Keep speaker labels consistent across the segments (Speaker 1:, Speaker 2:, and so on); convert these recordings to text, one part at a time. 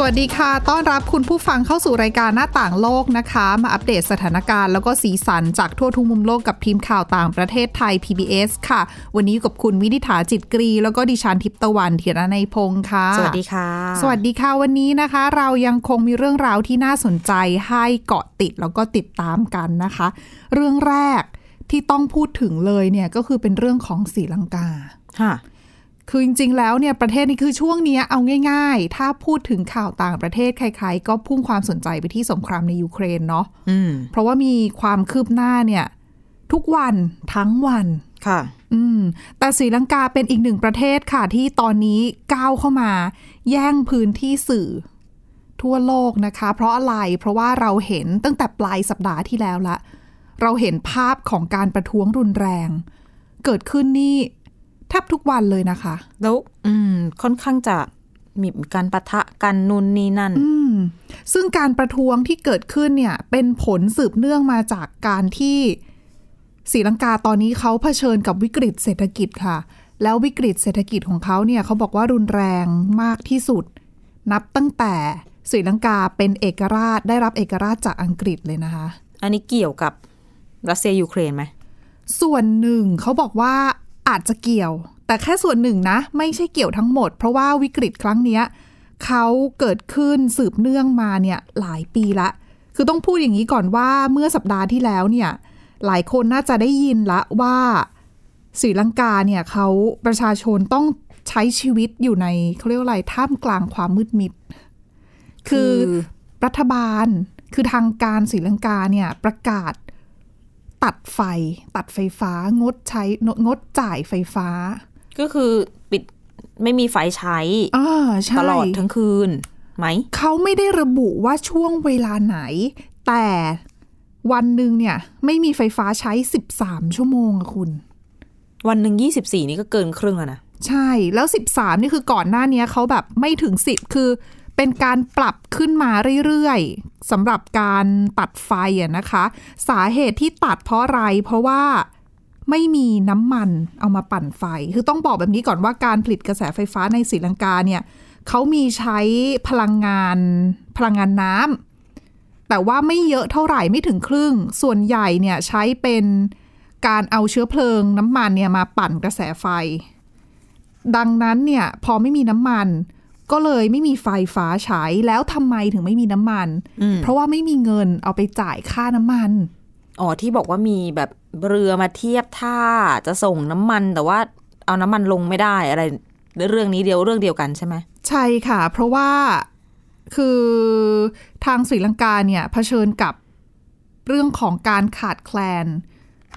Speaker 1: สวัสดีค่ะ ต้อนรับคุณผู้ฟังเข้าสู่รายการหน้าต่างโลกนะคะ มาอัปเดตสถานการณ์แล้วก็สีสันจากทั่วทุกมุมโลกกับทีมข่าวต่างประเทศไทย PBS ค่ะ วันนี้อยู่กับคุณวินิษฐาจิตกรี แล้วก็ดิฉันทิพย์ตะวันเทียรนัยพงค์ค่ะ
Speaker 2: สวัสดีค่ะ
Speaker 1: สวัสดีค่ะวันนี้นะคะ เรายังคงมีเรื่องราวที่น่าสนใจให้เกาะติดแล้วก็ติดตามกันนะคะ เรื่องแรกที่ต้องพูดถึงเลยเนี่ยก็คือเป็นเรื่องของศรีลังกา
Speaker 2: ค่ะ
Speaker 1: คือจริงๆ แล้วเนี่ยประเทศนี้คือช่วงเนี้ยเอาง่าย ๆ ถ้าพูดถึงข่าวต่างประเทศใครๆ ก็พุ่งความสนใจไปที่สงครามในยูเครนเนาะ
Speaker 2: อืม
Speaker 1: เพราะว่ามีความคืบหน้าเนี่ยทุกวันทั้งวัน
Speaker 2: ค่ะ
Speaker 1: อืมแต่ศรีลังกาเป็นอีกหนึ่งประเทศค่ะ ที่ตอนนี้ก้าวเข้ามา แย่งพื้นที่สื่อ ทั่วโลกนะคะ เพราะอะไรเพราะว่าเราเห็นตั้งแต่ปลายสัปดาห์ที่แล้วละ เราเห็นภาพของการประท้วงรุนแรง เกิดขึ้นนี่แทบทุกวันเลยนะคะ
Speaker 2: แล้ว อืม ค่อนข้างจะมีการปะทะกันนู่นนี่นั่น
Speaker 1: อืมซึ่งการประท้วงที่เกิดขึ้นเนี่ย เป็นผลสืบเนื่องมาจากการที่ศรีลังกาตอนนี้เขาเผชิญกับวิกฤตเศรษฐกิจค่ะ แล้ววิกฤตเศรษฐกิจของเขาเนี่ยเขาบอกว่ารุนแรงมากที่สุด นับตั้งแต่ศรีลังกาเป็นเอกราชได้รับเอกราชจากอังกฤษเลยนะคะ
Speaker 2: อันนี้เกี่ยวกับรัสเซียยูเครนไหม
Speaker 1: ส่วนหนึ่งเขาบอกว่าอาจจะเกี่ยว แต่แค่ส่วนหนึ่งนะ ไม่ใช่เกี่ยวทั้งหมด เพราะว่าวิกฤตครั้งเนี้ยเขาเกิดขึ้นสืบเนื่องมาเนี่ยหลายปีละ คือต้องพูดอย่างนี้ก่อนว่าเมื่อสัปดาห์ที่แล้วเนี่ย หลายคนน่าจะได้ยินละว่าศรีลังกาเนี่ยเขาประชาชนต้องใช้ชีวิตอยู่ในเขาเรียกว่าอะไรท่ามกลางความมืดมิด คือ
Speaker 2: คือ
Speaker 1: รัฐบาลคือทางการศรีลังกาเนี่ยประกาศ ตัดไฟ ตัดไฟฟ้า งดใช้งดงดจ่ายไฟฟ้า
Speaker 2: ก็คือปิดไม่มีไฟใช้
Speaker 1: อ่าใช่
Speaker 2: ตลอดทั้งคืน ไหม
Speaker 1: เขาไม่ได้ระบุว่าช่วงเวลาไหน แต่วันหนึ่งเนี่ย ไม่มีไฟฟ้าใช้ 13 ชั่วโมงอะคุณ
Speaker 2: วันหนึ่งยี่สิบสี่นี่ก็เกินครึ่งแล้วนะ
Speaker 1: ใช่ แล้ว 13 นี่คือก่อนหน้าเนี้ยเขาแบบไม่ถึง 10 คือ เป็นการปรับขึ้นมาเรื่อยๆสำหรับการตัดไฟอะนะคะ สาเหตุที่ตัดเพราะอะไร เพราะว่าไม่มีน้ำมันเอามาปั่นไฟ คือต้องบอกแบบนี้ก่อนว่าการผลิตกระแสไฟฟ้าในศรีลังกาเนี่ยเขามีใช้พลังงานพลังงานน้ำแต่ว่าไม่เยอะเท่าไหร่ไม่ถึงครึ่ง ส่วนใหญ่เนี่ยใช้เป็นการเอาเชื้อเพลิงน้ำมันเนี่ยมาปั่นกระแสไฟ ดังนั้นเนี่ยพอไม่มีน้ำมัน ก็เลยไม่มีไฟฟ้าใช้แล้วทำไมถึงไม่มีน้ำมัน
Speaker 2: อืม
Speaker 1: เพราะว่าไม่มีเงินเอาไปจ่ายค่าน้ำมัน
Speaker 2: อ๋อ ที่บอกว่ามีแบบเรือมาเทียบท่าจะส่งน้ำมัน แต่ว่าเอาน้ำมันลงไม่ได้อะไร เรื่องนี้เดียวเรื่องเดียวกันใช่ไหม
Speaker 1: ใช่ค่ะ เพราะว่าคือทางศรีลังกาเนี่ยเผชิญกับเรื่องของการขาดแคลน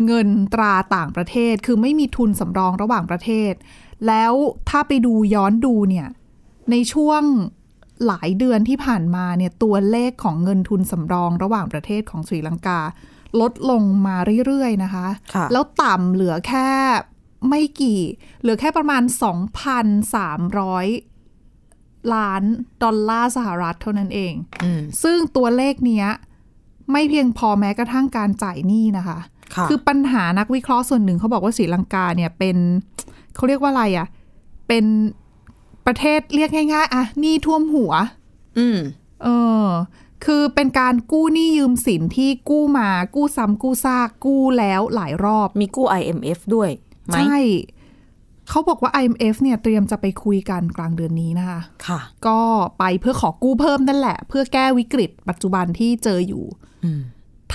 Speaker 1: เงินตราต่างประเทศ คือไม่มีทุนสำรองระหว่างประเทศ แล้วถ้าไปดูย้อนดูเนี่ย ในช่วงหลายเดือนที่ผ่านมาเนี่ยตัวเลขของเงินทุนสำรองระหว่างประเทศของศรีลังกา ลดลงมาเรื่อยๆนะคะ
Speaker 2: ค่ะ
Speaker 1: แล้วต่ำเหลือแค่ไม่กี่ เหลือแค่ประมาณ 2,300 ล้านดอลลาร์สหรัฐเท่านั้นเอง
Speaker 2: อืม
Speaker 1: ซึ่งตัวเลขเนี้ยไม่เพียงพอแม้กระทั่งการจ่ายหนี้นะคะ
Speaker 2: ค่ะ
Speaker 1: คือปัญหานักวิเคราะห์ส่วนหนึ่งเขาบอกว่าศรีลังกาเนี่ยเป็นเขาเรียกว่าอะไรอะ่ะ เป็นประเทศเรียกง่ายๆอะหนี้ท่วมหัว
Speaker 2: อืม
Speaker 1: เออ คือเป็นการกู้หนี้ยืมสินที่กู้มากู้ซ้ำกู้ซากกู้แล้วหลายรอบ
Speaker 2: มีกู้ IMF ด้วยไหม
Speaker 1: ใช่ เขาบอกว่า IMF เนี่ยเตรียมจะไปคุยกันกลางเดือนนี้นะคะ
Speaker 2: ค่ะ
Speaker 1: ก็ไปเพื่อขอกู้เพิ่มนั่นแหละ เพื่อแก้วิกฤตปัจจุบันที่เจออยู่
Speaker 2: อืม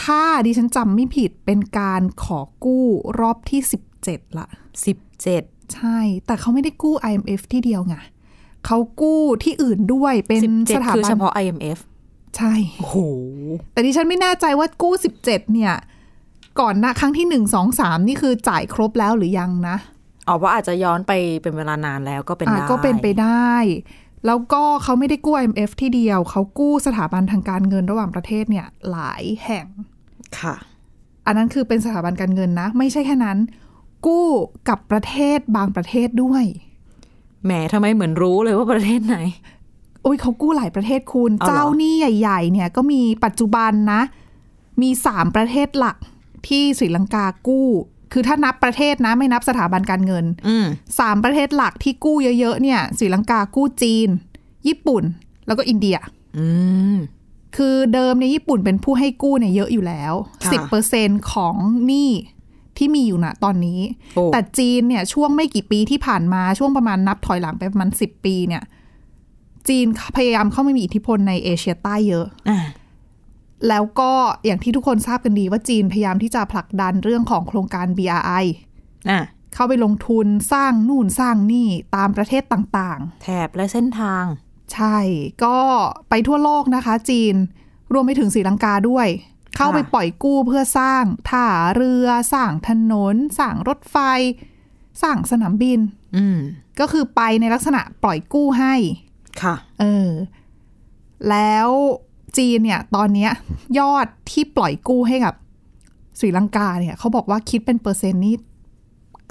Speaker 1: ถ้าดิฉันจำไม่ผิดเป็นการขอกู้รอบที่ 17 ละ
Speaker 2: สิบเจ็ด
Speaker 1: ใช่ แต่เขาไม่ได้กู้ IMF ที่เดียวไงเขากู้ที่อื่นด้วยเป็นสถา
Speaker 2: คือ
Speaker 1: บั
Speaker 2: เฉ
Speaker 1: น
Speaker 2: พาะ IMF
Speaker 1: ใช่
Speaker 2: โอ้โห
Speaker 1: แต่ดิฉันไม่แน่ใจว่ากู้ 17 เนี่ย ก่อนหน้าครั้งที่ 1 2 3 นี่คือจ่ายครบแล้วหรือยังนะ
Speaker 2: อ๋อว่าอาจจะย้อนไปเป็นเวลานานแล้วก็เป็น
Speaker 1: อ่ะ
Speaker 2: ได้
Speaker 1: ก็เป็นไปได้ แล้วก็เขาไม่ได้กู้ IMF ที่เดียว เขากู้สถาบันทางการเงินระหว่างประเทศเนี่ยหลายแห่ง
Speaker 2: ค่ะ
Speaker 1: อันนั้นคือเป็นสถาบันการเงินนะ ไม่ใช่แค่นั้น กู้กับประเทศบางประเทศด้วย
Speaker 2: แหมทำไมเหมือนรู้เลยว่าประเทศไหน
Speaker 1: โอ้ยเขากู้หลายประเทศคุณ
Speaker 2: เอาเหรอ
Speaker 1: เจ้าหนี้ใหญ่ ๆ เนี่ยก็มีปัจจุบันนะ มีสามประเทศหลักที่ศรีลังกากู้ คือถ้านับประเทศนะไม่นับสถาบันการเงิน
Speaker 2: อืม
Speaker 1: สามประเทศหลักที่กู้เยอะๆเนี่ยศรีลังกากู้จีน ญี่ปุ่น แล้วก็อินเดีย
Speaker 2: อืม
Speaker 1: คือเดิมในยญี่ปุ่นเป็นผู้ให้กู้เนี่ยเยอะอยู่แล้ว
Speaker 2: ค่ะ
Speaker 1: 10%ของหนี้ที่มีอยู่ณตอนนี้
Speaker 2: โอ้
Speaker 1: แต่จีนเนี่ยช่วงไม่กี่ปีที่ผ่านมาช่วงประมาณนับถอยหลังไปประมาณสิปีเนี่ย จีนพยายามเข้ามามีอิทธิพลในเอเชียใต้เยอะ
Speaker 2: อ่ะ
Speaker 1: แล้วก็อย่างที่ทุกคนทราบกันดีว่าจีนพยายามที่จะผลักดันเรื่องของโครงการ BRI
Speaker 2: อ่ะ
Speaker 1: เข้าไปลงทุนสร้างนู่นสร้างนี่ตามประเทศต่าง
Speaker 2: แถบและเส้นทาง
Speaker 1: ๆ ใช่ ก็ไปทั่วโลกนะคะ จีนรวมไปถึงศรีลังกาด้วย เข้าไปปล่อยกู้เพื่อสร้างท่าเรือสร้างถนนสร้างรถไฟ สร้างสนามบิน
Speaker 2: อืม
Speaker 1: ก็คือไปในลักษณะปล่อยกู้ให้
Speaker 2: ค่ะ
Speaker 1: เออ แล้วจีนเนี่ย ตอนเนี้ย ยอดที่ปล่อยกู้ให้กับศรีลังกาเนี่ยเขาบอกว่าคิดเป็นเปอร์เซ็นต์นี่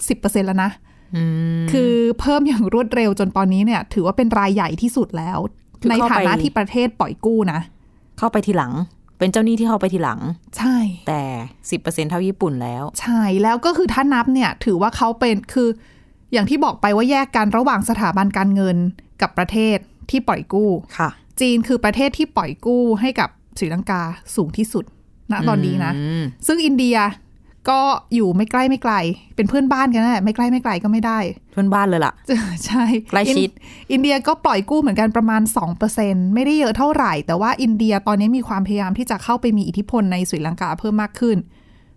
Speaker 1: สิบเปอร์เซ็นแล้วนะ
Speaker 2: อืม
Speaker 1: คือเพิ่มอย่างรวดเร็วจนตอนนี้เนี่ย ถือว่าเป็นรายใหญ่ที่สุดแล้ว
Speaker 2: คือ
Speaker 1: ใน
Speaker 2: เข้าไป
Speaker 1: ฐานะที่ประเทศปล่อยกู้นะ
Speaker 2: เข้าไปทีหลัง เป็นเจ้าหนี้ที่เข้าไปทีหลัง
Speaker 1: ใช่
Speaker 2: แต่สิบเปอร์เซ็นเท่าญี่ปุ่นแล้ว
Speaker 1: ใช่ แล้วก็คือถ้านับเนี่ย ถือว่าเขาเป็นคืออย่างที่บอกไปว่าแยกกันระหว่างสถาบันการเงินกับประเทศที่ปล่อยกู้
Speaker 2: ค่ะ
Speaker 1: จีนคือประเทศที่ปล่อยกู้ให้กับศรีลังกาสูงที่สุดณตอนนี้นะ
Speaker 2: อืม
Speaker 1: ซึ่งอินเดียก็อยู่ไม่ใกล้ไม่ไกล เป็นเพื่อนบ้านกันนั่นแหละไม่ใกล้ไม่ไกลก็ไม่ได้
Speaker 2: เพื่อนบ้านเลยล่ะ
Speaker 1: ใช่
Speaker 2: ใกล้ชิด
Speaker 1: อินอินเดียก็ปล่อยกู้เหมือนกันประมาณ 2%ไม่ได้เยอะเท่าไหร่ แต่ว่าอินเดียตอนนี้มีความพยายามที่จะเข้าไปมีอิทธิพลในศรีลังกาเพิ่มมากขึ้น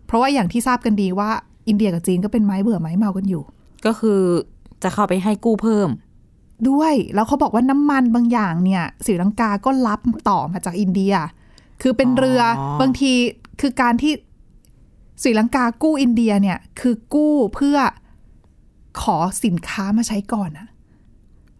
Speaker 1: เพราะว่าอย่างที่ทราบกันดีว่าอินเดียกับจีนก็เป็นไม้เบื่อไม้เมากันอยู่
Speaker 2: ก็คือจะเข้าไปให้กู้เพิ่ม
Speaker 1: ด้วยแล้วเขาบอกว่าน้ำมันบางอย่างเนี่ยศรีลังกาก็รับต่อมาจากอินเดีย คือเป็นเรืออ
Speaker 2: อ
Speaker 1: บางทีคือการที่ศรีลังกากู้อินเดียเนี่ยคือกู้เพื่อขอสินค้ามาใช้ก่อนอะ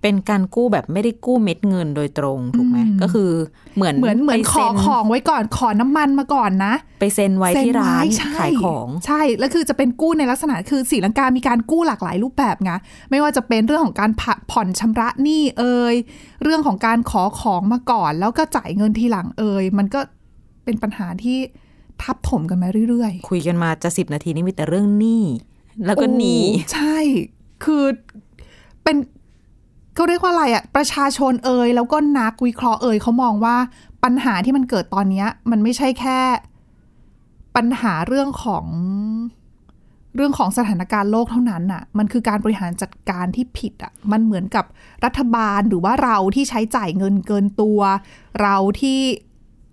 Speaker 2: เป็นการกู้แบบไม่ได้กู้เม็ดเงินโดยตรงถูกไหม
Speaker 1: อืม
Speaker 2: ก็คือเหมือน
Speaker 1: เหมือนเหมือนขอ
Speaker 2: ไปซ็
Speaker 1: ของไว้ก่อนขอน้ำมันมาก่อนนะ
Speaker 2: ไปเซ็นไว้
Speaker 1: เซ็
Speaker 2: ที่ร้าน
Speaker 1: ใช่
Speaker 2: ขายของ
Speaker 1: ใช่แล้วคือจะเป็นกู้ในลักษณะคือศรีลังกามีการกู้หลากหลายรูปแบบไงไม่ว่าจะเป็นเรื่องของการผ่ผ่อนชำระหนี้เอ่ยเรื่องของการขอของมาก่อน แล้วก็จ่ายเงินทีหลังเอ่ยมันก็เป็นปัญหาที่ทับถมกันมาเรื่อย
Speaker 2: คุยกันมาจะสิบนาทีนี่มีแต่เรื่องหนี้
Speaker 1: ๆ
Speaker 2: แล้วก็หนี้
Speaker 1: โอ้โใช่คือเป็นเขาเรียกว่าอะไรอะประชาชนเอ่ยแล้วก็นักวิเคราะห์เอ่ยเขามองว่าปัญหาที่มันเกิดตอนเนี้ย มันไม่ใช่แค่ ปัญหาเรื่องของเรื่องของสถานการณ์โลกเท่านั้นน่ะ มันคือการบริหารจัดการที่ผิดอ่ะ มันเหมือนกับรัฐบาลหรือว่าเราที่ใช้จ่ายเงินเกินตัว เราที่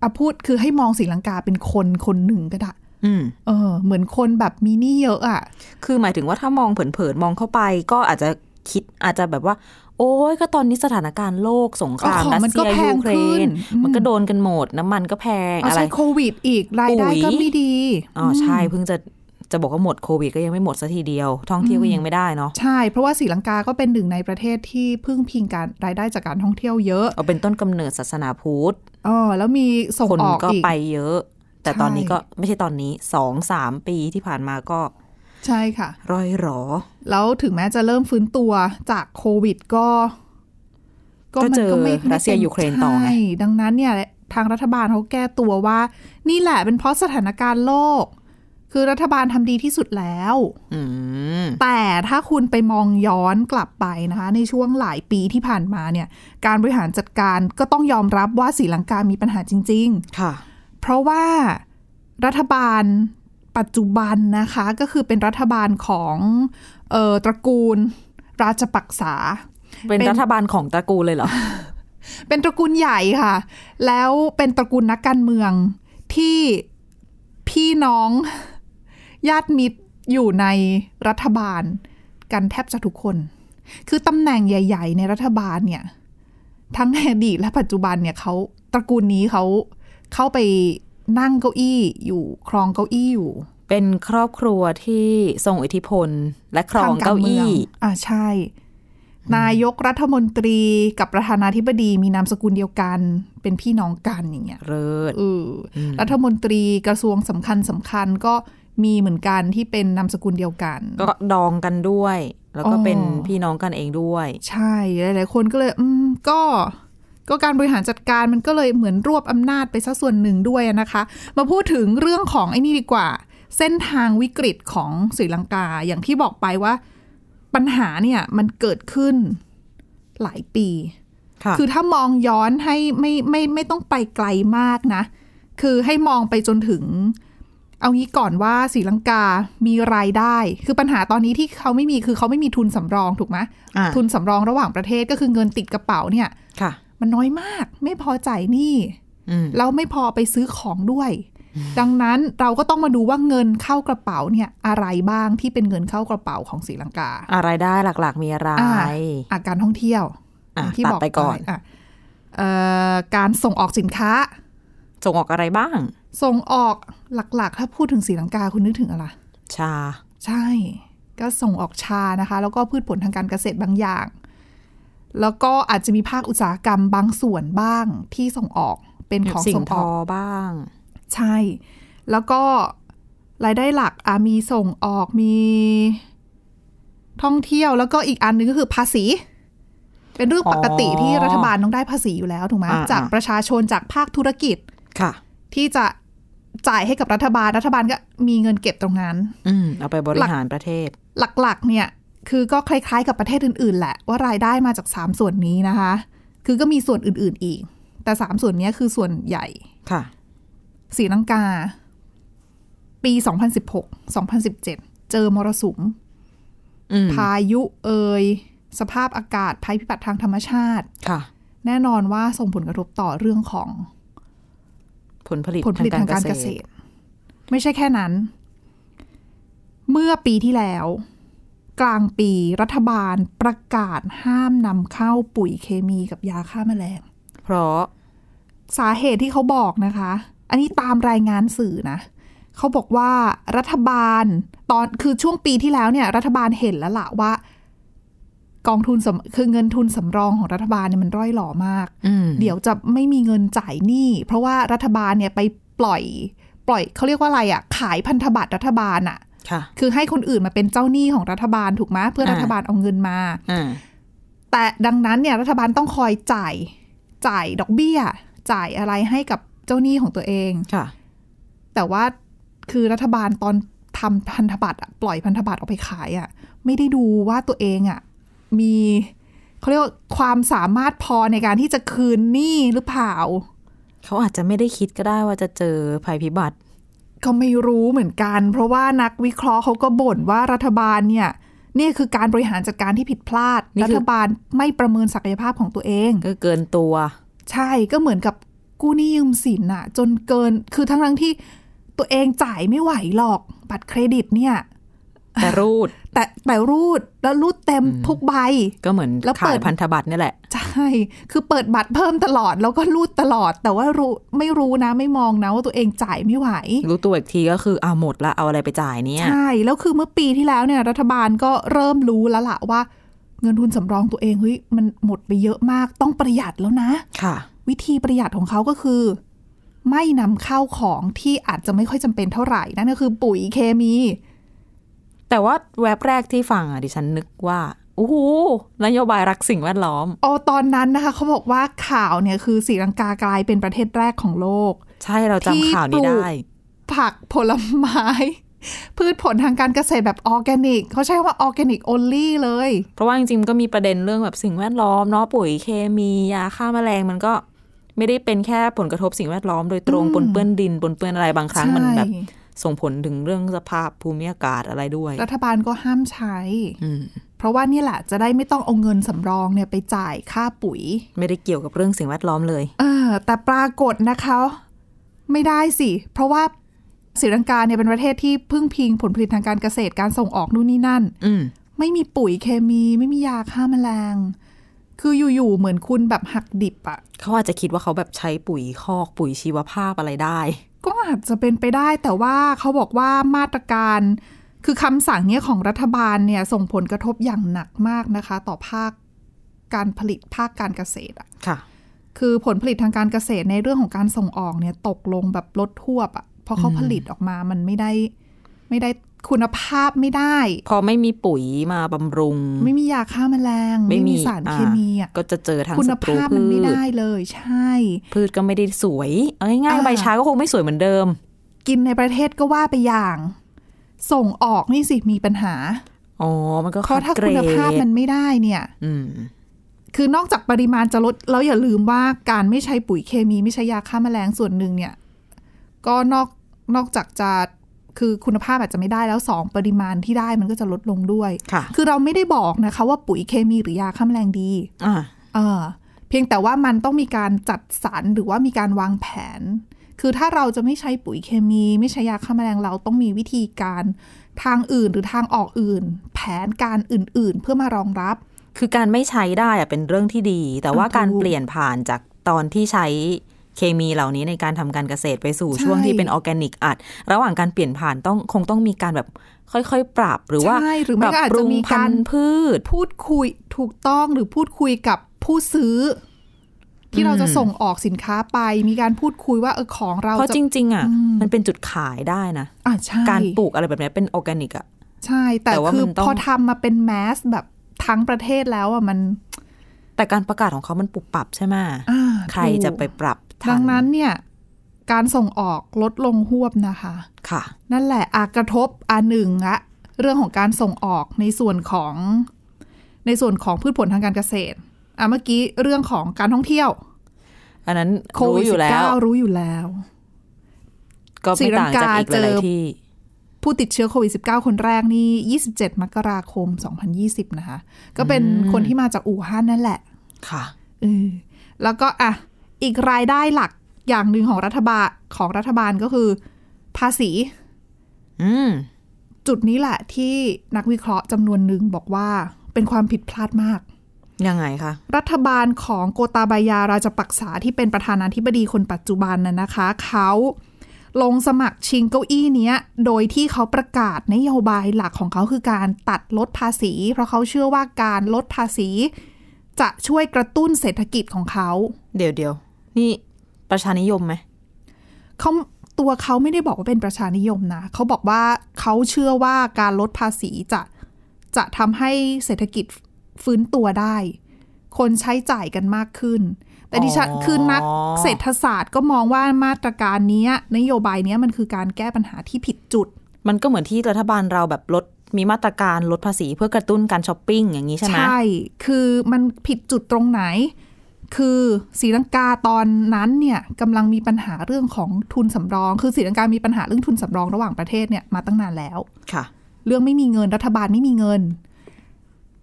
Speaker 1: อะพูดคือให้มองศรีลังกาเป็นคนคนหนึ่งก็ได้
Speaker 2: อืม
Speaker 1: เออ เหมือนคนแบบมีหนี้เยอะอ่ะ
Speaker 2: คือหมายถึงว่าถ้ามองเผินๆมองเข้าไปก็อาจจะคิดอาจจะแบบว่า โอ้ยก็ตอนนี้สถานการณ์โลกสงคราม
Speaker 1: เอาของ
Speaker 2: รัส
Speaker 1: มันก็
Speaker 2: เซีย
Speaker 1: แพง
Speaker 2: ยูเคร
Speaker 1: ขึ้
Speaker 2: น
Speaker 1: นอืม
Speaker 2: มันก็โดนกันหมดน้ำมันก็แพง
Speaker 1: เอา
Speaker 2: อะไร
Speaker 1: ใช้โควิดอีกรายได้
Speaker 2: ปุ๋ย
Speaker 1: ก็ไม่ดี
Speaker 2: อ๋อใช่เพิ่งจะจะบอกว่าหมดโควิดก็ยังไม่หมดสัทีเดียว ท่องเที่ยวก็ยังไม่ได้เนาะ
Speaker 1: ใช่ เพราะว่าศรีลังกาก็เป็นหนึ่งในประเทศที่พึ่งพิงการรายได้จากการท่องเที่ยวเยอะ
Speaker 2: เอาเป็นต้นกำเนิดศาสนาพุทธ
Speaker 1: เออแล้วมีส่ง
Speaker 2: คน
Speaker 1: ออก
Speaker 2: ก็
Speaker 1: อีก
Speaker 2: ไปเยอะ แต่ตอนนี้
Speaker 1: ใช่
Speaker 2: ก็ไม่ใช่ตอนนี้สองสามปีที่ผ่านมาก็
Speaker 1: ใช่ค่ะ
Speaker 2: ร้อยหรอ
Speaker 1: แล้วถึงแม้จะเริ่มฟื้นตัวจากโควิดก็
Speaker 2: ก็เจอ
Speaker 1: มันไม่
Speaker 2: รัสเซีย
Speaker 1: ไม่ป็
Speaker 2: ยูเครนต่อไง
Speaker 1: ใช่ดังนั้นเนี่ยทางรัฐบาลเขาแก้ตัวว่า นี่แหละเป็นเพราะสถานการณ์โลก คือรัฐบาลทำดีที่สุดแล้ว
Speaker 2: อืม
Speaker 1: แต่ถ้าคุณไปมองย้อนกลับไปนะคะ ในช่วงหลายปีที่ผ่านมาเนี่ย การบริหารจัดการก็ต้องยอมรับว่าศรีลังกามีปัญหาจริง ๆ
Speaker 2: ค่ะ
Speaker 1: เพราะว่ารัฐบาลปัจจุบันนะคะก็คือเป็นรัฐบาลของเออตระกูลราชปักษา
Speaker 2: เป็น
Speaker 1: เป็น
Speaker 2: รัฐบาลของตระกูลเลยเหรอ
Speaker 1: เป็นตระกูลใหญ่ค่ะ แล้วเป็นตระกูลนักการเมืองที่พี่น้อง ญาติมิตรอยู่ในรัฐบาลกันแทบจะทุกคน คือตำแหน่งใหญ่ ๆ ในรัฐบาลเนี่ย ทั้งในอดีตและปัจจุบันเนี่ยเขาตระกูลนี้เขาเข้าไปนั่งเก้าอี้อยู่ครองเก้าอี้อยู่
Speaker 2: เป็นครอบครัวที่ทรงอิทธิพล และครอง
Speaker 1: ท
Speaker 2: เก้า
Speaker 1: มื
Speaker 2: อี้
Speaker 1: อ่าใช่ นายกรัฐมนตรีกับประธานาธิบดีมีนามสกุลเดียวกัน เป็นพี่น้องกันอย่างเงี้ย
Speaker 2: เริด
Speaker 1: เอออรัฐมนตรีกระทรวงสำคัญสำคัญก็มีเหมือนกันที่เป็นนามสกุลเดียวกัน
Speaker 2: ก็ดองกันด้วย แล้วก็
Speaker 1: อ๋อ
Speaker 2: เป็นพี่น้องกันเองด้วย
Speaker 1: ใช่หลายๆคนก็เลย อืมก็ ก็การบริหารจัดการมันก็เลยเหมือนรวบอำนาจไปซะส่วนหนึ่งด้วยนะคะ มาพูดถึงเรื่องของไอ้นี่ดีกว่า เส้นทางวิกฤตของศรีลังกาอย่างที่บอกไปว่า ปัญหาเนี่ยมันเกิดขึ้นหลายปี
Speaker 2: ค่ะ
Speaker 1: คือถ้ามองย้อนให้ไม่ไมไม่ไม่ต้องไปไกลมากนะ คือให้มองไปจนถึง เอางี้ก่อนว่าศรีลังกามีรายได้ คือปัญหาตอนนี้ที่เขาไม่มีคือเขาไม่มีทุนสำรองถูกไหม
Speaker 2: อ่า
Speaker 1: ทุนสำรองระหว่างประเทศก็คือเงินติดกระเป๋าเนี่ย
Speaker 2: ค่ะ
Speaker 1: มันน้อยมาก ไม่พอจ่ายหนี้
Speaker 2: อืม
Speaker 1: แล้วไม่พอไปซื้อของด้วย ดังนั้นเราก็ต้องมาดูว่าเงินเข้ากระเป๋าเนี่ย อะไรบ้างที่เป็นเงินเข้ากระเป๋าของศรีลังกา
Speaker 2: อะไรได้หลักๆ มีอะไร
Speaker 1: อ่า อาการท่องเที่ยว
Speaker 2: อ่ะ
Speaker 1: ที่
Speaker 2: ตัด
Speaker 1: บอก
Speaker 2: ไปก่อน
Speaker 1: ะเอ่อการส่งออกสินค้า
Speaker 2: ส่งออกอะไรบ้าง
Speaker 1: ส่งออกหลักๆ ถ้าพูดถึงศรีลังกาคุณนึกถึงอะไร
Speaker 2: ชา
Speaker 1: ใช่ ก็ส่งออกชานะคะ แล้วก็พืชผลทางการเกษตรบางอย่าง แล้วก็อาจจะมีภาคอุตสาหกรรมบางส่วนบ้างที่ส่งออกเป็นของ
Speaker 2: สิ่
Speaker 1: ส่
Speaker 2: ง
Speaker 1: ง
Speaker 2: ท
Speaker 1: ออ
Speaker 2: อก บ้าง
Speaker 1: ใช่ แล้วก็รายได้หลักอ่ะมีส่งออกมี ท่องเที่ยวแล้วก็อีกอันหนึงก็คือภาษี เป็นเรื่องปกติ
Speaker 2: อ๋อ
Speaker 1: ที่รัฐบาลต้องได้ภาษีอยู่แล้วถูกไหม
Speaker 2: อ่า
Speaker 1: จาก
Speaker 2: อ่า
Speaker 1: ประชาชนจากภาคธุรกิจ
Speaker 2: ค่ะ
Speaker 1: ที่จะจ่ายให้กับรัฐบาลรัฐบาลก็มีเงินเก็บตรงนั้น
Speaker 2: อืมเอาไปบริหารประเทศ
Speaker 1: หลักๆ เนี่ย คือก็คล้ายๆ กับประเทศอื่น ๆ แหละ ว่ารายได้มาจาก 3 ส่วนนี้นะคะ คือก็มีส่วนอื่น ๆ อีก แต่ 3 ส่วนเนี้ยคือส่วนใหญ่
Speaker 2: ค่ะ
Speaker 1: ศรีลังกา ปี 2016 2017 เจอมรสุม
Speaker 2: อืม
Speaker 1: พายุเอย สภาพอากาศภัยพิบัติทางธรรมชาติ
Speaker 2: ค่ะ
Speaker 1: แน่นอนว่าส่งผลกระทบต่อเรื่องของ
Speaker 2: ผลผลิต
Speaker 1: ผลผลิตทางการเกษตร ไม่ใช่แค่นั้น เมื่อปีที่แล้ว กลางปีรัฐบาลประกาศห้ามนำเข้าปุ๋ยเคมีกับยาฆ่าแมลง
Speaker 2: เพราะ
Speaker 1: สาเหตุที่เขาบอกนะคะ อันนี้ตามรายงานสื่อนะ เขาบอกว่ารัฐบาลตอนคือช่วงปีที่แล้วเนี่ย รัฐบาลเห็นแล้วล่ะว่า กองทุนสำคือเงินทุนสำรองของรัฐบาลเนี่ยมันร่อยหล่อมาก
Speaker 2: อืม
Speaker 1: เดี๋ยวจะไม่มีเงินจ่ายหนี้ เพราะว่ารัฐบาลเนี่ยไปปล่อย ปล่อยเขาเรียกว่าอะไรอะ่ะ ขายพันธบัตรรัฐบาลอะ่ะ
Speaker 2: ค่ะ
Speaker 1: คือให้คนอื่นมาเป็นเจ้าหนี้ของรัฐบาลถูกไหมเพื่อ
Speaker 2: อ่า
Speaker 1: รัฐบาลเอาเงินมา
Speaker 2: อ่า
Speaker 1: แต่ดังนั้นเนี่ยรัฐบาลต้องคอยจ่ายจ่ายดอกเบี้ย จ่ายอะไรให้กับเจ้าหนี้ของตัวเอง
Speaker 2: ค่ะ
Speaker 1: แต่ว่าคือรัฐบาลตอนทำพันธบัตรอะปล่อยพันธบัตรออกไปขายอะ่ะไม่ได้ดูว่าตัวเองอะ่ะมีเขาเรียกว่าความสามารถพอในการที่จะคืนหนี้หรือเปล่า
Speaker 2: เขาอาจจะไม่ได้คิดก็ได้ว่าจะเจอภัยพิบัติ
Speaker 1: ก็ไม่รู้เหมือนกัน เพราะว่านักวิเคราะห์เขาก็บ่นว่ารัฐบาลเนี่ยนี่คือการบริหารจัดการที่ผิดพลาด
Speaker 2: นี่
Speaker 1: รัฐ
Speaker 2: คือ
Speaker 1: บาลไม่ประเมินศักยภาพของตัวเอง
Speaker 2: ก็เกินตัว
Speaker 1: ใช่ก็เหมือนกับกู้หนี้ยืมสินน่ะ จนเกินคือทั้งทั้งๆที่ตัวเองจ่ายไม่ไหวหรอกบัตรเครดิตเนี่ย
Speaker 2: แต่รู ด
Speaker 1: แต่แต่รูดแล้วรูดเต็มทุกใบ
Speaker 2: ก็เหมือน
Speaker 1: แล้วเปิ
Speaker 2: ขาย
Speaker 1: ด
Speaker 2: พันธบัตรเนี่ยแหละ
Speaker 1: ใช่ คือเปิดบัตรเพิ่มตลอดแล้วก็รูดตลอด แต่ว่ารู้ไม่รู้นะไม่มองนะว่าตัวเองจ่ายไม่ไหว
Speaker 2: รู้ตัวอีกทีก็คืออ้าวหมดละเอาอะไรไปจ่ายเนี่ย
Speaker 1: ใช่ แล้วคือเมื่อปีที่แล้วเนี่ย รัฐบาลก็เริ่มรู้แล้วล่ะว่า เงินทุนสำรองตัวเองเฮ้ยมันหมดไปเยอะมากต้องประหยัดแล้วนะ
Speaker 2: ค่ะ
Speaker 1: วิธีประหยัดของเขาก็คือ ไม่นำเข้าของที่อาจจะไม่ค่อยจำเป็นเท่าไหร่นั่นก็คือปุ๋ยเคมี
Speaker 2: แต่ว่าแวบแรกที่ฟังอ่ะดิฉันนึกว่าโอ้โหนโยบายรักสิ่งแวดล้อม
Speaker 1: โอตอนนั้นนะคะ เขาบอกว่าข่าวเนี่ยคือศรีลังกากลายเป็นประเทศแรกของโลก
Speaker 2: ใช่เราจำข่าวนี้
Speaker 1: ที่ปลูก
Speaker 2: ได้
Speaker 1: ผักผลไม้ พืชผลทางการเกษตรแบบออร์แกนิก เขาใช้คำว่าออร์แกนิก o อลี่เลย
Speaker 2: เพราะว่าจริงๆมันก็มีประเด็นเรื่องแบบสิ่งแวดล้อมเนาะปุ๋ยเคมียาฆ่าแมลงมันก็ไม่ได้เป็นแค่ผลกระทบสิ่งแวดล้อมโดยตรง
Speaker 1: อืม
Speaker 2: ปนเปื้อนดินปนเปื้อนอะไรบางครั้งมันแบบ
Speaker 1: ใช่
Speaker 2: ส่งผลถึงเรื่องสภาพภูมิอากาศอะไรด้วย
Speaker 1: รัฐบาลก็ห้ามใช้
Speaker 2: อืม
Speaker 1: เพราะว่านี่แหละจะได้ไม่ต้องเอาเงินสำรองเนี่ยไปจ่ายค่าปุ๋ย
Speaker 2: ไม่ได้เกี่ยวกับเรื่องสิ่งแวดล้อมเลย
Speaker 1: เออแต่ปรากฏนะคะ ไม่ได้สิ เพราะว่าศรีลังกาเนี่ยเป็นประเทศที่พึ่งพิงผลผลิตทางการเกษตรการส่งออกนู่นนี่นั่น
Speaker 2: อืม
Speaker 1: ไม่มีปุ๋ยเคมีไม่มียาฆ่าแมลง คืออยู่ๆเหมือนคุณแบบหักดิบอะ
Speaker 2: เขาอาจจะคิดว่าเขาแบบใช้ปุ๋ยคอกปุ๋ยชีวภาพอะไรได้
Speaker 1: ก็อาจจะเป็นไปได้แต่ว่าเขาบอกว่ามาตรการคือคำสั่งเนี้ยของรัฐบาลเนี่ยส่งผลกระทบอย่างหนักมากนะคะ ต่อภาคการผลิตภาคการเกษตรอะ
Speaker 2: ค่ะ
Speaker 1: คือผลผลิตทางการเกษตรในเรื่องของการส่งออกเนี่ยตกลงแบบลดทั่วบอะเพราะเขาผลิตออกมามันไม่ได้ไม่ได้ คุณภาพไม่ได้
Speaker 2: พอไม่มีปุ๋ยมาบำรุง
Speaker 1: ไม่มียาฆ่าแมลง
Speaker 2: ไม่มี
Speaker 1: สาร
Speaker 2: อ่า
Speaker 1: เคมีอ่ะ
Speaker 2: ก็จะเจอทาง
Speaker 1: คุณ
Speaker 2: ศัตรู
Speaker 1: ภาพ
Speaker 2: พื
Speaker 1: มันไม่
Speaker 2: ช
Speaker 1: ได้เลยใช่
Speaker 2: พืชก็ไม่ได้สวย เอาง่าย
Speaker 1: อ่า
Speaker 2: ๆใบชาก็คงไม่สวยเหมือนเดิม
Speaker 1: กินในประเทศก็ว่าไปอย่าง ส่งออกนี่สิมีปัญหา
Speaker 2: อ๋อ มันก็
Speaker 1: เพราะถ้า
Speaker 2: เก
Speaker 1: คุณภาพมันไม่ได้เนี่ย
Speaker 2: อืม
Speaker 1: คือนอกจากปริมาณจะลดแล้วอย่าลืมว่าการไม่ใช้ปุ๋ยเคมีไม่ใช้ยาฆ่าแมลงส่วนหนึ่งเนี่ย ก็นอกนอกจากจะคือคุณภาพอาจจะไม่ได้แล้วสองปริมาณที่ได้มันก็จะลดลงด้วย
Speaker 2: ค่ะ
Speaker 1: คือเราไม่ได้บอกนะคะว่าปุ๋ยเคมีหรือยาฆ่าแมลงดี
Speaker 2: อ่า
Speaker 1: เออเพียงแต่ว่ามันต้องมีการจัดสรรหรือว่ามีการวางแผน คือถ้าเราจะไม่ใช้ปุ๋ยเคมี ไม่ใช้ยาฆ่าแมลงเราต้องมีวิธีการทางอื่นหรือทางออกอื่น แผนการอื่นๆ เพื่อมารองรับ
Speaker 2: คือการไม่ใช้ได้อะเป็นเรื่องที่ดี แต่ว่า
Speaker 1: ถูก
Speaker 2: การเปลี่ยนผ่านจากตอนที่ใช้เคมีเหล่านี้ในการทำการเกษตรไปสู่
Speaker 1: ใช่
Speaker 2: ช่วงที่เป็นออร์แกนิกอัด ระหว่างการเปลี่ยนผ่านต้องคงต้องมีการแบบค่อยๆ ปรับหรือว่า
Speaker 1: ใช่หรือ
Speaker 2: ป
Speaker 1: ไม่
Speaker 2: รับ
Speaker 1: ก็อาจ
Speaker 2: ปรุ
Speaker 1: จะ
Speaker 2: ง
Speaker 1: มี
Speaker 2: พั
Speaker 1: กานร
Speaker 2: ธุ์พืช
Speaker 1: พูดคุยถูกต้องหรือพูดคุยกับผู้ซื้อ ที่เราจะส่งออกสินค้าไป มีการพูดคุยว่าเออของเรา
Speaker 2: เพราะ
Speaker 1: จะ
Speaker 2: จริง ๆ อ่ะ
Speaker 1: อืม
Speaker 2: มันเป็นจุดขายได้นะ
Speaker 1: อ่ะใช่
Speaker 2: การปลูกอะไรแบบนี้เป็นออร์แกนิกอ่ะ
Speaker 1: ใช่ แต่
Speaker 2: แต่ว่า
Speaker 1: คือ
Speaker 2: มันต้อง
Speaker 1: พอทำมาเป็นแมสแบบทั้งประเทศแล้วอ่ะมัน
Speaker 2: แต่การประกาศของเขามันปรับปรับใช่ไหม
Speaker 1: อ่า
Speaker 2: ใครจะไปปรับทั
Speaker 1: ดังนั้นเนี่ย การส่งออกลดลงหวบนะคะ
Speaker 2: ค่ะ
Speaker 1: นั่นแหละอากระทบอันหนึ่งละเรื่องของการส่งออกในส่วนของ ในส่วนของพืชผลทางการเกษตรอ่ะเมื่อกี้เรื่องของการท่องเที่ยว
Speaker 2: อันนั้น
Speaker 1: โค
Speaker 2: รู้
Speaker 1: วิด
Speaker 2: อยู่
Speaker 1: สิบ
Speaker 2: แล้
Speaker 1: เก้าว รู้อยู่แล้ว
Speaker 2: ก็ไม่ต่างจากอีกหลายๆที่
Speaker 1: ผู้ติดเชื้อโควิด -19 คนแรกนี่ 27 มกราคม 2020 นะคะ ก็เป็นคนที่มาจากอู่ฮั่นนั่นแหละ
Speaker 2: ค่ะ
Speaker 1: เออแล้วก็อ่ะ อีกรายได้หลักอย่างหนึ่งของรัฐบาลของรัฐบาลก็คือ ภาษี
Speaker 2: อืม
Speaker 1: จุดนี้แหละที่นักวิเคราะห์จำนวนหนึ่งบอกว่าเป็นความผิดพลาดมาก
Speaker 2: ยังไงคะ
Speaker 1: รัฐบาลของโกตาบายาราจปักษาที่เป็นประธานาธิบดีคนปัจจุบันน่ะนะคะ เขาลงสมัครชิงเก้าอี้เนี้ย โดยที่เขาประกาศนโยบายหลักของเขาคือการตัดลดภาษี เพราะเขาเชื่อว่าการลดภาษี จะช่วยกระตุ้นเศรษฐกิจของเขา
Speaker 2: เดี๋ยวเดี๋ยวนี่ประชานิยมไหม
Speaker 1: เขาตัวเขาไม่ได้บอกว่าเป็นประชานิยมนะ เขาบอกว่าเขาเชื่อว่าการลดภาษีจะจะทำให้เศรษฐกิจฟื้นตัวได้ คนใช้จ่ายกันมากขึ้น แต่ดิฉัน
Speaker 2: อ๋อ
Speaker 1: คือนักเศรษฐศาสตร์ก็มองว่ามาตรการเนี้ยนโยบายเนี้ยมันคือการแก้ปัญหาที่ผิดจุด
Speaker 2: มันก็เหมือนที่รัฐบาลเราแบบลดมีมาตรการลดภาษีเพื่อกระตุ้นการช้อปปิ้งอย่างนี้ใช่ไหม
Speaker 1: ใช่ คือมันผิดจุดตรงไหน คือศรีลังกาตอนนั้นเนี่ยกำลังมีปัญหาเรื่องของทุนสำรอง คือศรีลังกามีปัญหาเรื่องทุนสำรองระหว่างประเทศเนี่ยมาตั้งนานแล้ว
Speaker 2: ค่ะ
Speaker 1: เรื่องไม่มีเงินรัฐบาลไม่มีเงิน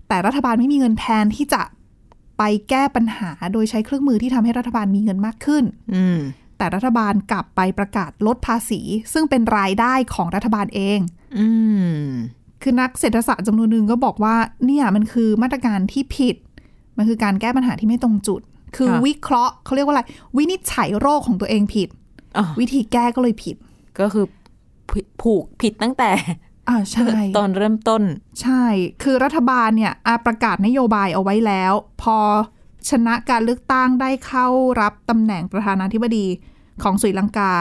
Speaker 1: แต่รัฐบาลไม่มีเงินแทนที่จะไปแก้ปัญหาโดยใช้เครื่องมือที่ทำให้รัฐบาลมีเงินมากขึ้น
Speaker 2: อืม
Speaker 1: แต่รัฐบาลกลับไปประกาศลดภาษี ซึ่งเป็นรายได้ของรัฐบาลเอง
Speaker 2: อืม
Speaker 1: คือนักเศรษฐศาสตร์จำนวนหนึ่งก็บอกว่าเนี่ยมันคือมาตรการที่ผิด มันคือการแก้ปัญหาที่ไม่ตรงจุด คือ
Speaker 2: ค่ะ
Speaker 1: วิเคราะห์เขาเรียกว่าอะไร วินิจฉัยโรคของตัวเองผิด
Speaker 2: อ๋อ
Speaker 1: วิธีแก้ก็เลยผิด
Speaker 2: ก็คือผผูกผิดตั้งแต่
Speaker 1: อ่าใช่
Speaker 2: ตอนเริ่มต้น
Speaker 1: ใช่ คือรัฐบาลเนี่ยอ่ะประกาศนโยบายเอาไว้แล้ว พอชนะการเลือกตั้งได้เข้ารับตำแหน่งประธานาธิบดีของสรีลังกา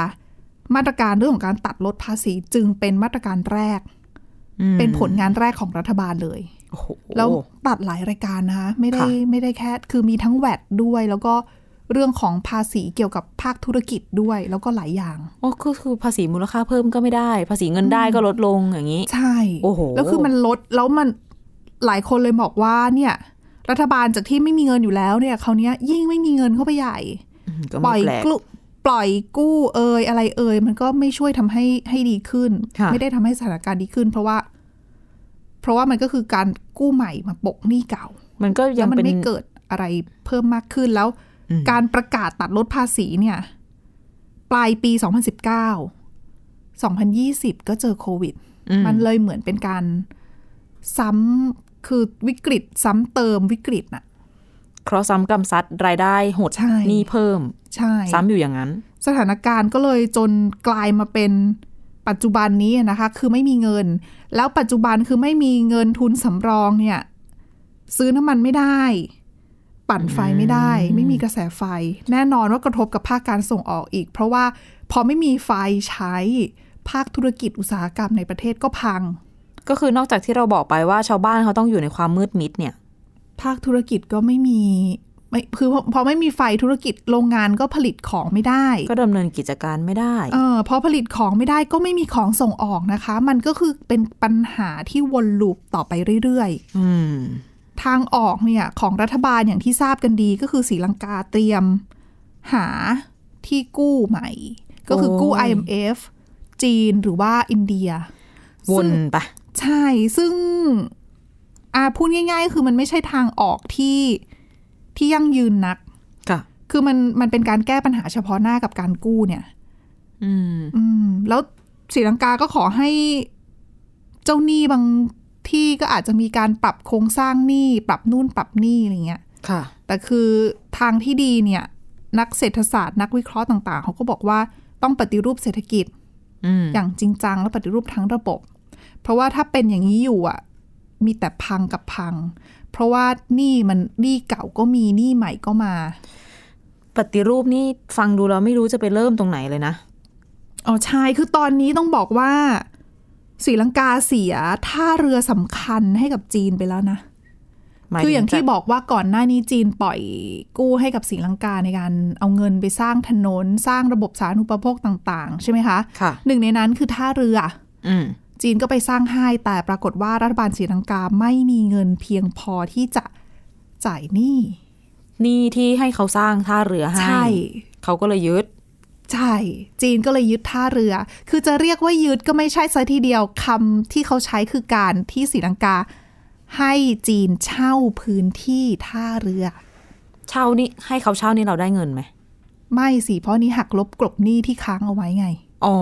Speaker 1: มาตรการเรื่องของการตัดลดภาษีจึงเป็นมาตรการแรก
Speaker 2: อืม
Speaker 1: เป็นผลงานแรกของรัฐบาลเลย
Speaker 2: โอ้โห
Speaker 1: แล้วตัดหลายรายการนะคะไม่ได้
Speaker 2: ค่ะ
Speaker 1: ไม่ได้แค่ คือมีทั้งแวดด้วย แล้วก็เรื่องของภาษีเกี่ยวกับภาคธุรกิจด้วย แล้วก็หลายอย่าง
Speaker 2: โอ้ก็คือภาษีมูลค่าเพิ่มก็ไม่ได้ ภาษีเงินได้ก็ลดลงอย่างนี้
Speaker 1: ใช่
Speaker 2: โอ้โห
Speaker 1: แล้วคือมันลด แล้วมันหลายคนเลยบอกว่าเนี่ย รัฐบาลจากที่ไม่มีเงินอยู่แล้วเนี่ยคราวเนี้ยยิ่งไม่มีเงินเข้าไปใหญ่
Speaker 2: มก็
Speaker 1: ป
Speaker 2: ไม่
Speaker 1: ล่อย
Speaker 2: แปลก
Speaker 1: กลุปล่อยกู้เอ่ยอะไรเอ่ยมันก็ไม่ช่วยทำให้ให้ดีขึ้น
Speaker 2: ค่ะ
Speaker 1: ไม่ได้ทำให้สถานการณ์ดีขึ้น เพราะว่า เพราะว่ามันก็คือการกู้ใหม่มาปกหนี้เก่า
Speaker 2: มันก็
Speaker 1: ยั
Speaker 2: ยังง
Speaker 1: มัน
Speaker 2: เป็น
Speaker 1: ไม่เกิดอะไรเพิ่มมากขึ้นแล้ว
Speaker 2: อืม
Speaker 1: การประกาศตัดลดภาษีเนี่ย ปลายปี 2019 2020 ก็เจอโควิด
Speaker 2: อืม
Speaker 1: มันเลยเหมือนเป็นการซ้ำคือวิกฤต ซ้ำเติมวิกฤตน่ะ
Speaker 2: เคราะห์ซ้ำกรรมซัดรายได้หด
Speaker 1: ใช่
Speaker 2: หนี้เพิ่ม
Speaker 1: ใช่
Speaker 2: ซ้ำอยู่อย่างนั้น
Speaker 1: สถานการณ์ก็เลยจนกลายมาเป็นปัจจุบันนี้นะคะ คือไม่มีเงิน แล้วปัจจุบันคือไม่มีเงินทุนสำรองเนี่ย ซื้อน้ำมันไม่ได้ ปั่นไฟไม่ได้ ไม่มีกระแสไฟ แน่นอนว่ากระทบกับภาคการส่งออกอีก เพราะว่าพอไม่มีไฟใช้ ภาคธุรกิจอุตสาหกรรมในประเทศก็พัง
Speaker 2: ก็คือนอกจากที่เราบอกไปว่าชาวบ้านเขาต้องอยู่ในความมืดมิดเนี่ย
Speaker 1: ภาคธุรกิจก็ไม่มีไม่คือพอพอไม่มีไฟธุรกิจโรงงานก็ผลิตของไม่ได้
Speaker 2: ก็ดำเนินกิจการไม่ได้
Speaker 1: เออพอผลิตของไม่ได้ก็ไม่มีของส่งออกนะคะ มันก็คือเป็นปัญหาที่วนลูปต่อไปเรื่อย
Speaker 2: อืม
Speaker 1: ๆ ทางออกเนี่ยของรัฐบาลอย่างที่ทราบกันดีก็คือศรีลังกาเตรียมหาที่กู้ใหม่ ก็คือกู้
Speaker 2: โอ้ย
Speaker 1: IMF จีนหรือว่าอินเดีย
Speaker 2: วนไป
Speaker 1: ใช่ ซึ่งอาพูดง่ายๆ คือมันไม่ใช่ทางออกที่ที่ยั่งยืนนัก
Speaker 2: ค่ะ
Speaker 1: คือมันมันเป็นการแก้ปัญหาเฉพาะหน้ากับการกู้เนี่ย
Speaker 2: อืม
Speaker 1: อืม แล้วศรีลังกาก็ขอให้เจ้าหนี้บางที่ก็อาจจะมีการปรับโครงสร้างหนี้ ปรับนู่นปรับนี่อะไรเงี้ย
Speaker 2: ค่ะ
Speaker 1: แต่คือทางที่ดีเนี่ย นักเศรษฐศาสตร์นักวิเคราะห์ต่าง ๆ เขาก็บอกว่าต้องปฏิรูปเศรษฐกิจ
Speaker 2: อืม
Speaker 1: อย่างจริงจังและปฏิรูปทั้งระบบ เพราะว่าถ้าเป็นอย่างนี้อยู่อ่ะ มีแต่พังกับพัง เพราะว่าหนี่มันหนี้เก่าก็มีหนี้ใหม่ก็มา
Speaker 2: ปฏิรูปนี่ฟังดูแล้วไม่รู้จะไปเริ่มตรงไหนเลยนะ
Speaker 1: อ๋อใช่ คือตอนนี้ต้องบอกว่าศรีลังกาเสียท่าเรือสำคัญให้กับจีนไปแล้วนะ
Speaker 2: หม
Speaker 1: คืออย่าง
Speaker 2: ถึ
Speaker 1: ที่
Speaker 2: จะ
Speaker 1: บอกว่าก่อนหน้านี้จีนปล่อยกู้ให้กับศรีลังกาในการเอาเงินไปสร้างถนน สร้างระบบสาธารณูปโภคต่าง ๆ ใช่ไหมคะ
Speaker 2: ค่ะ
Speaker 1: หนึ่งในนั้นคือท่าเรือ
Speaker 2: อืม
Speaker 1: จีนก็ไปสร้างให้แต่ปรากฏว่ารัฐบาลศรีลังกาไม่มีเงินเพียงพอที่จะจ่ายหนี้
Speaker 2: นี่ที่ให้เขาสร้างท่าเรือให้
Speaker 1: ใช่
Speaker 2: เขาก็เลยยึด
Speaker 1: ใช่ จีนก็เลยยึดท่าเรือ คือจะเรียกว่ายึดก็ไม่ใช่ซะทีเดียวคำที่เขาใช้คือการที่ศรีลังกา ให้จีนเช่าพื้นที่ท่าเรือ
Speaker 2: เช่านี่ให้เขาเช่านี่เราได้เงินไหม
Speaker 1: ไม่สิเพราะนี้หักลบกลบหนี้ที่ค้างเอาไว้ไง
Speaker 2: อ๋อ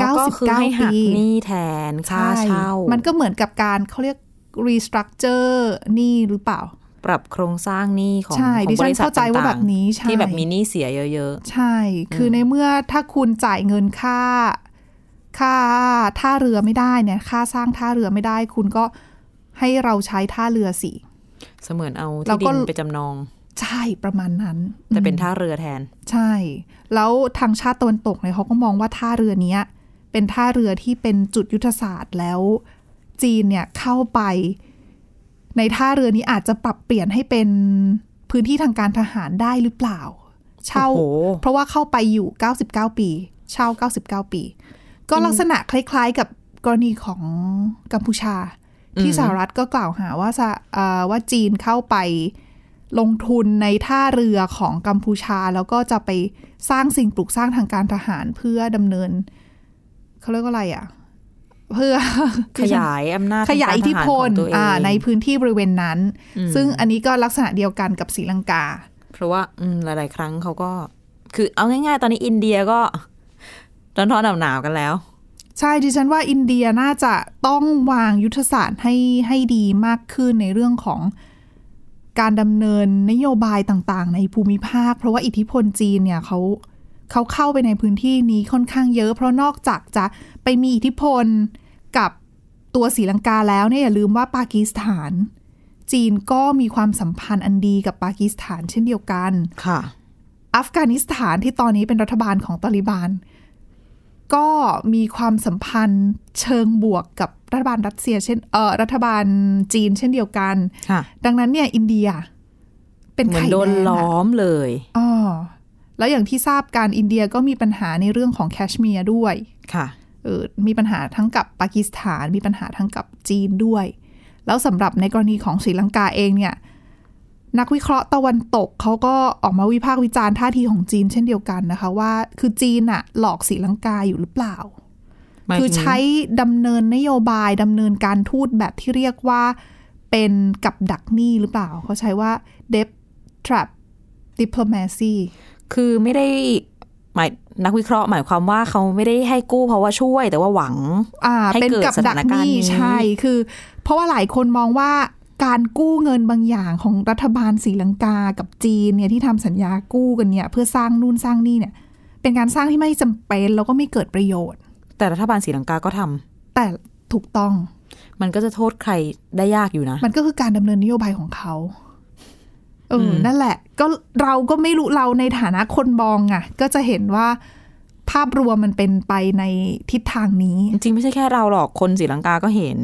Speaker 1: เก้าสิบ
Speaker 2: คือ
Speaker 1: เก้า
Speaker 2: ให้หัก
Speaker 1: ปี
Speaker 2: หนี้แทนค่าเช่า
Speaker 1: มั
Speaker 2: มัน
Speaker 1: ก็เหมือนกับการเขาเรียก restructure หนี้หรือเปล่า
Speaker 2: ปรับโครงสร้างหนี้ของ
Speaker 1: ใช่
Speaker 2: ของ
Speaker 1: ดิ
Speaker 2: บ
Speaker 1: ฉัน
Speaker 2: ริษัท
Speaker 1: เข้าใจว่าแบบนี้ใช่
Speaker 2: ที่แบบมีหนี้เสียเยอะ
Speaker 1: ใช่ คืออในเมื่อถ้าคุณจ่ายเงินค่า ค่าท่าเรือไม่ได้เนี่ย ค่าสร้างท่าเรือไม่ได้ คุณก็ให้เราใช้ท่าเรือสิ
Speaker 2: ๆ เสมือนเอา
Speaker 1: เรา
Speaker 2: ที่
Speaker 1: ก็
Speaker 2: ดินไปจำนอง
Speaker 1: ใช่ประมาณนั้น
Speaker 2: แต่เป็น
Speaker 1: อืม
Speaker 2: ท่าเรือแทน
Speaker 1: ใช่ แล้วทางชาติตะวันตกเนี่ยเขาก็มองว่าท่าเรือเนี้ย เป็นท่าเรือที่เป็นจุดยุทธศาสตร์แล้ว จีนเนี่ยเข้าไป ในท่าเรือนี้อาจจะปรับเปลี่ยนให้เป็นพื้นที่ทางการทหารได้หรือเปล่า เช่า
Speaker 2: โอ้โห
Speaker 1: เพราะว่าเข้าไปอยู่ 99 ปี เช่า 99 ปี ก็ลักษณะคล้ายๆกับกรณีของกัมพูชา ที่สหรัฐก็กล่าวหาว่าสะเอ่อว่าจีนเข้าไปลงทุนในท่าเรือของกัมพูชา แล้วก็จะไปสร้างสิ่งปลูกสร้างทางการทหารเพื่อดำเนิน เขาเรียกว่าอะไรอ่ะ เพื่อ
Speaker 2: ขยายอำนาจ
Speaker 1: ขยายอิทธิพล
Speaker 2: ทางการทหารของตัวเอง
Speaker 1: อ่าในพื้นที่บริเวณนั้น ซึ่งอันนี้ก็ลักษณะเดียวกันกับศรีลังกา
Speaker 2: เพราะว่าอืมหลาย ๆ ครั้งเขาก็ คือเอาง่าย ๆ ตอนนี้อินเดียก็ ร้อนๆหนาวๆกันแล้ว
Speaker 1: ใช่ดิฉันว่าอินเดียน่าจะต้องวางยุทธศาสตร์ให้ให้ดีมากขึ้นในเรื่องของการดำเนินนโยบายต่างๆ ในภูมิภาค เพราะว่าอิทธิพลจีนเนี่ยเขาเขาเข้าไปในพื้นที่นี้ค่อนข้างเยอะ เพราะนอกจากจะไปมีอิทธิพลกับตัวศรีลังกาแล้วเนี่ยอย่าลืมว่าปากีสถาน จีนก็มีความสัมพันธ์อันดีกับปากีสถานเช่นเดียวกัน
Speaker 2: ค่ะ
Speaker 1: อัฟกานิสถานที่ตอนนี้เป็นรัฐบาลของตาลิบันก็มีความสัมพันธ์เชิงบวกกับรัฐบาลรัสเซียเช่นเออรัฐบาลจีนเช่นเดียวกัน
Speaker 2: ค่ะ
Speaker 1: ดังนั้นเนี่ยอินเดีย เป็น
Speaker 2: เหมือน
Speaker 1: ไข่
Speaker 2: โดน
Speaker 1: แดง
Speaker 2: ล้
Speaker 1: อะ
Speaker 2: อมเลย
Speaker 1: อ๋อแล้วอย่างที่ทราบการอินเดียก็มีปัญหาในเรื่องของแคชเมียร์ด้วย
Speaker 2: ค่ะ
Speaker 1: เออมีปัญหาทั้งกับปากีสถาน มีปัญหาทั้งกับจีนด้วย แล้วสำหรับในกรณีของศรีลังกาเองเนี่ย นักวิเคราะห์ตะวันตกเขาก็ออกมาวิพากษ์วิจารณ์ท่าทีของจีนเช่นเดียวกันนะคะว่าคือจีนอะหลอกศรีลังกาอยู่หรือเปล่า
Speaker 2: หมาย
Speaker 1: คือ
Speaker 2: ถึง
Speaker 1: ใช้ดำเนินนโยบายดำเนินการทูตแบบที่เรียกว่าเป็นกับดักหนี้หรือเปล่า เขาใช้ว่า debt trap diplomacy
Speaker 2: คือไม่ได้หมายนักวิเคราะห์หมายความว่าเขาไม่ได้ให้กู้เพราะว่าช่วย แต่ว่าหวัง
Speaker 1: อ่า
Speaker 2: ให้
Speaker 1: เป็น
Speaker 2: เกิด
Speaker 1: กับดัก
Speaker 2: สถาน
Speaker 1: ห
Speaker 2: การณ์
Speaker 1: นี้
Speaker 2: นี้
Speaker 1: ใช่คือ เพราะว่าหลายคนมองว่าการกู้เงินบางอย่างของรัฐบาลศรีลังกากับจีนเนี่ยที่ทำสัญญากู้กันเนี่ยเพื่อสร้างนู่นสร้างนี่เนี่ย เป็นการสร้างที่ไม่จำเป็นแล้วก็ไม่เกิดประโยชน์
Speaker 2: แต่รัฐบาลศรีลังกาก็ทำ
Speaker 1: แต่ถูกต้อง
Speaker 2: มันก็จะโทษใครได้ยากอยู่นะ
Speaker 1: มันก็คือการดำเนินนโยบายของเขาเอออ
Speaker 2: ม
Speaker 1: นั่นแหละ ก็เราก็ไม่รู้เราในฐานะคนมองอะก็จะเห็นว่าภ าพรวมมันเป็นไปในทิศทางนี้
Speaker 2: จริงๆไม่ใช่แค่เราหรอกคนศรีลังกาก็เห็น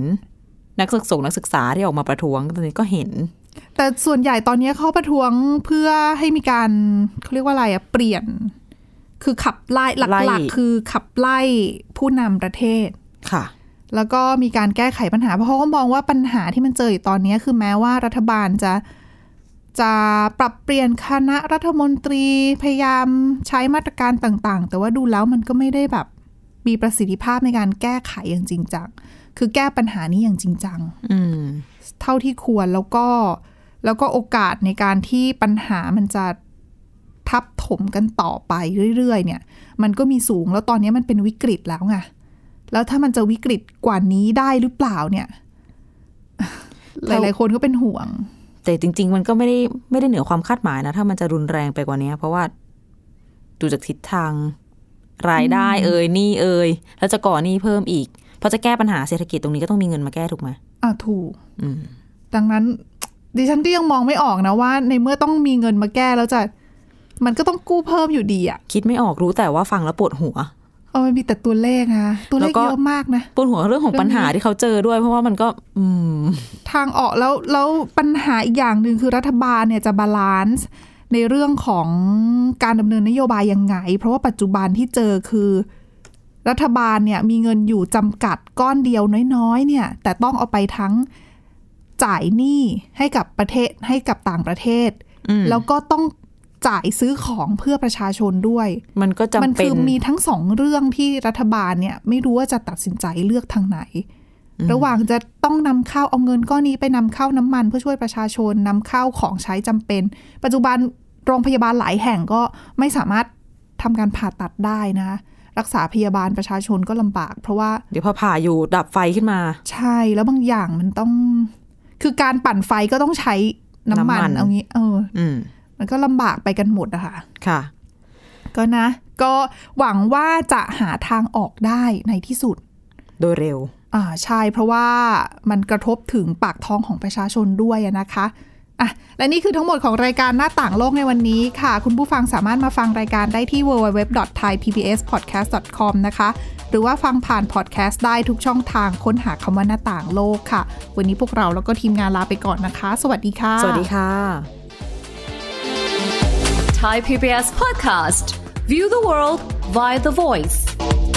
Speaker 2: นักศึกษานักศึกษาที่ออกมาประท้วงตอนนี้ก็เห็น
Speaker 1: แต่ส่วนใหญ่ตอนนี้เขาประท้วงเพื่อให้มีการเขาเรียกว่าอะไรอะเปลี่ยน คือขับไล่ห
Speaker 2: ไล่
Speaker 1: ลักๆ คือขับไล่ผู้นำประเทศ
Speaker 2: ค่ะ
Speaker 1: แล้วก็มีการแก้ไขปัญหา เพราะเขาก็มองว่าปัญหาที่มันเจออยู่ตอนนี้คือแม้ว่ารัฐบาลจะจะปรับเปลี่ยนคณะรัฐมนตรีพยายามใช้มาตรการต่างๆ แต่ว่าดูแล้วมันก็ไม่ได้แบบมีประสิทธิภาพในการแก้ไขอย่างจริงจังคือแก้ปัญหานี้อย่างจริงจัง
Speaker 2: อืม
Speaker 1: เท่าที่ควรแล้วก็แล้วก็โอกาสในการที่ปัญหามันจะทับถมกันต่อไปเรื่อยๆ เนี่ย มันก็มีสูงแล้วตอนนี้มันเป็นวิกฤตแล้วไงแล้วถ้ามันจะวิกฤตกว่านี้ได้หรือเปล่าเนี่ย ห
Speaker 2: เรา
Speaker 1: ลายๆคนก็เป็นห่วง
Speaker 2: แต่จริง ๆ มันก็ไม่ได้ไม่ได้เหนือความคาดหมายนะ ถ้ามันจะรุนแรงไปกว่านี้ เพราะว่าดูจากทิศทาง รายได้เอ่ยหนี้เอ่ยแล้วจะก่อหนี้เพิ่มอีกเพราะจะแก้ปัญหาเศรษฐกิจตรงนี้ก็ต้องมีเงินมาแก้ถูกไหม
Speaker 1: อ่ะถูก
Speaker 2: อืม
Speaker 1: ดังนั้น ดิฉันก็ยังมองไม่ออกนะว่า ในเมื่อต้องมีเงินมาแก้แล้วจะ มันก็ต้องกู้เพิ่มอยู่ดีอะ่ะ
Speaker 2: คิดไม่ออกรู้แต่ว่าฟังแล้วปวดหัว
Speaker 1: เออมันมีแต่ตัวเลขนะตัวเล
Speaker 2: แล้
Speaker 1: ข
Speaker 2: วก็
Speaker 1: เยอะมากนะ
Speaker 2: ปวดหัวเรื่องของปัญหาที่เขาเจอด้วย เพราะว่ามันก็ อืม
Speaker 1: ทางออกแล้วแล้วปัญหาอีกอย่างหนึ่งคือรัฐบาลเนี่ยจะบาลานซ์ในเรื่องของการดำเนินนโยบายยังไง เพราะว่าปัจจุบันที่เจอคือ รัฐบาลเนี่ยมีเงินอยู่จำกัดก้อนเดียวน้อยๆเนี่ย แต่ต้องเอาไปทั้งจ่ายหนี้ให้กับประเทศให้กับต่างประเทศ
Speaker 2: อืม
Speaker 1: แล้วก็ต้องจ่ายซื้อของเพื่อประชาชนด้วย
Speaker 2: มันก็จำ
Speaker 1: มั
Speaker 2: เป็
Speaker 1: คื
Speaker 2: น
Speaker 1: อมีทั้งสองเรื่องที่รัฐบาลเนี่ยไม่รู้ว่าจะตัดสินใจเลือกทางไหน ระหว่างจะต้องนำเข้าเอาเงินก้อนนี้ไปนำเข้าน้ำมันเพื่อช่วยประชาชนนำเข้าของใช้จำเป็น ปัจจุบันโรงพยาบาลหลายแห่งก็ไม่สามารถทำการผ่าตัดได้นะ รักษาพยาบาลประชาชนก็ลำบาก เพราะว่า
Speaker 2: เดี๋ยวพอผ่าอยู่ดับไฟขึ้นมา
Speaker 1: ใช่แล้วบางอย่างมันต้อง คือการปั่นไฟก็ต้องใช้น้ำมัน
Speaker 2: น้ำมัน
Speaker 1: เอางี้เออ
Speaker 2: อืม
Speaker 1: มันก็ลำบากไปกันหมดอะค่ะ
Speaker 2: ค่ะ
Speaker 1: ก็นะ ก็หวังว่าจะหาทางออกได้ในที่สุด
Speaker 2: โดยเร็ว
Speaker 1: อ่าใช่ เพราะว่ามันกระทบถึงปากท้องของประชาชนด้วยอะนะคะอ่ะและนี่คือทั้งหมดของรายการหน้าต่างโลกในวันนี้ค่ะ คุณผู้ฟังสามารถมาฟังรายการได้ที่ www.thaipbspodcast.com นะคะ หรือว่าฟังผ่านพอดแคสต์ได้ทุกช่องทางค้นหาคำว่าหน้าต่างโลกค่ะ วันนี้พวกเราแล้วก็ทีมงานลาไปก่อนนะคะ สวัสดีค่ะ
Speaker 2: สวัสดีค่ะ
Speaker 3: Thai PBS podcast. View the world via the voice.